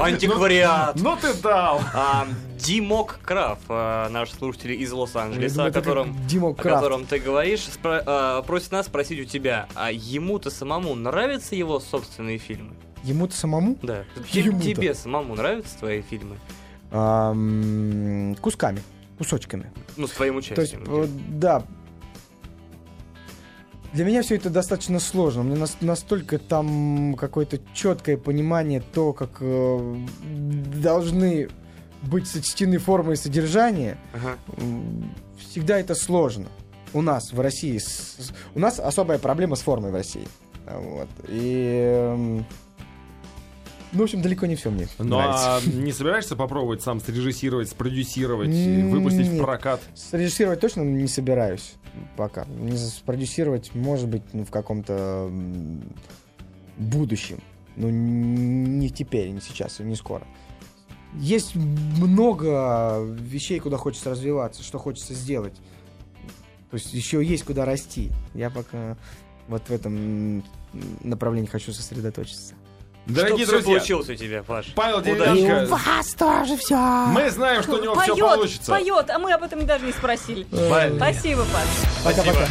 [SPEAKER 3] антиквариат.
[SPEAKER 2] Ну ты дал!
[SPEAKER 3] А, Димок Краф, а, наш слушатель из Лос-Анджелеса, о
[SPEAKER 4] Я думаю, это как
[SPEAKER 3] котором...
[SPEAKER 4] Дима
[SPEAKER 3] О
[SPEAKER 4] Крафт.
[SPEAKER 3] котором ты говоришь, спро- а, просит нас спросить у тебя, а ему-то самому нравятся его собственные фильмы?
[SPEAKER 4] Ему-то самому?
[SPEAKER 3] Да.
[SPEAKER 4] Ему-то.
[SPEAKER 3] Тебе самому нравятся твои фильмы?
[SPEAKER 4] А, м, Кусками, кусочками.
[SPEAKER 3] Ну, с твоим
[SPEAKER 4] То есть,
[SPEAKER 3] участием.
[SPEAKER 4] вот, да. Для меня все это достаточно сложно. У меня нас- настолько там какое-то четкое понимание то, как э, должны быть сочтены формы и содержание.
[SPEAKER 3] Ага.
[SPEAKER 4] М, Всегда это сложно. У нас в России с- с- у нас особая проблема с формой в России. А, Вот. И эм, ну, в общем, далеко не все мне
[SPEAKER 2] Ну
[SPEAKER 4] нравится.
[SPEAKER 2] а не собираешься попробовать сам срежиссировать, спродюсировать, и
[SPEAKER 4] М,
[SPEAKER 2] выпустить в
[SPEAKER 4] нет.
[SPEAKER 2] прокат?
[SPEAKER 4] Срежиссировать точно не собираюсь пока. Не за- спродюсировать, может быть, ну, в каком-то м, будущем. Ну, н- не теперь, не сейчас и не скоро. Есть много вещей, куда хочется развиваться, что хочется сделать. То есть еще есть куда расти. Я пока вот в этом м, направлении хочу сосредоточиться.
[SPEAKER 2] Дорогие
[SPEAKER 3] Чтоб всё
[SPEAKER 2] друзья,
[SPEAKER 3] получилось у тебя, Паш.
[SPEAKER 2] Павел
[SPEAKER 3] Удачи.
[SPEAKER 2] Деревянко,
[SPEAKER 4] вас тоже все!
[SPEAKER 2] мы знаем, что у него все
[SPEAKER 5] поет,
[SPEAKER 2] получится.
[SPEAKER 4] Э.
[SPEAKER 5] поет, а мы об этом даже не спросили.
[SPEAKER 2] Правильно.
[SPEAKER 5] Спасибо, Паш.
[SPEAKER 4] Пока-пока.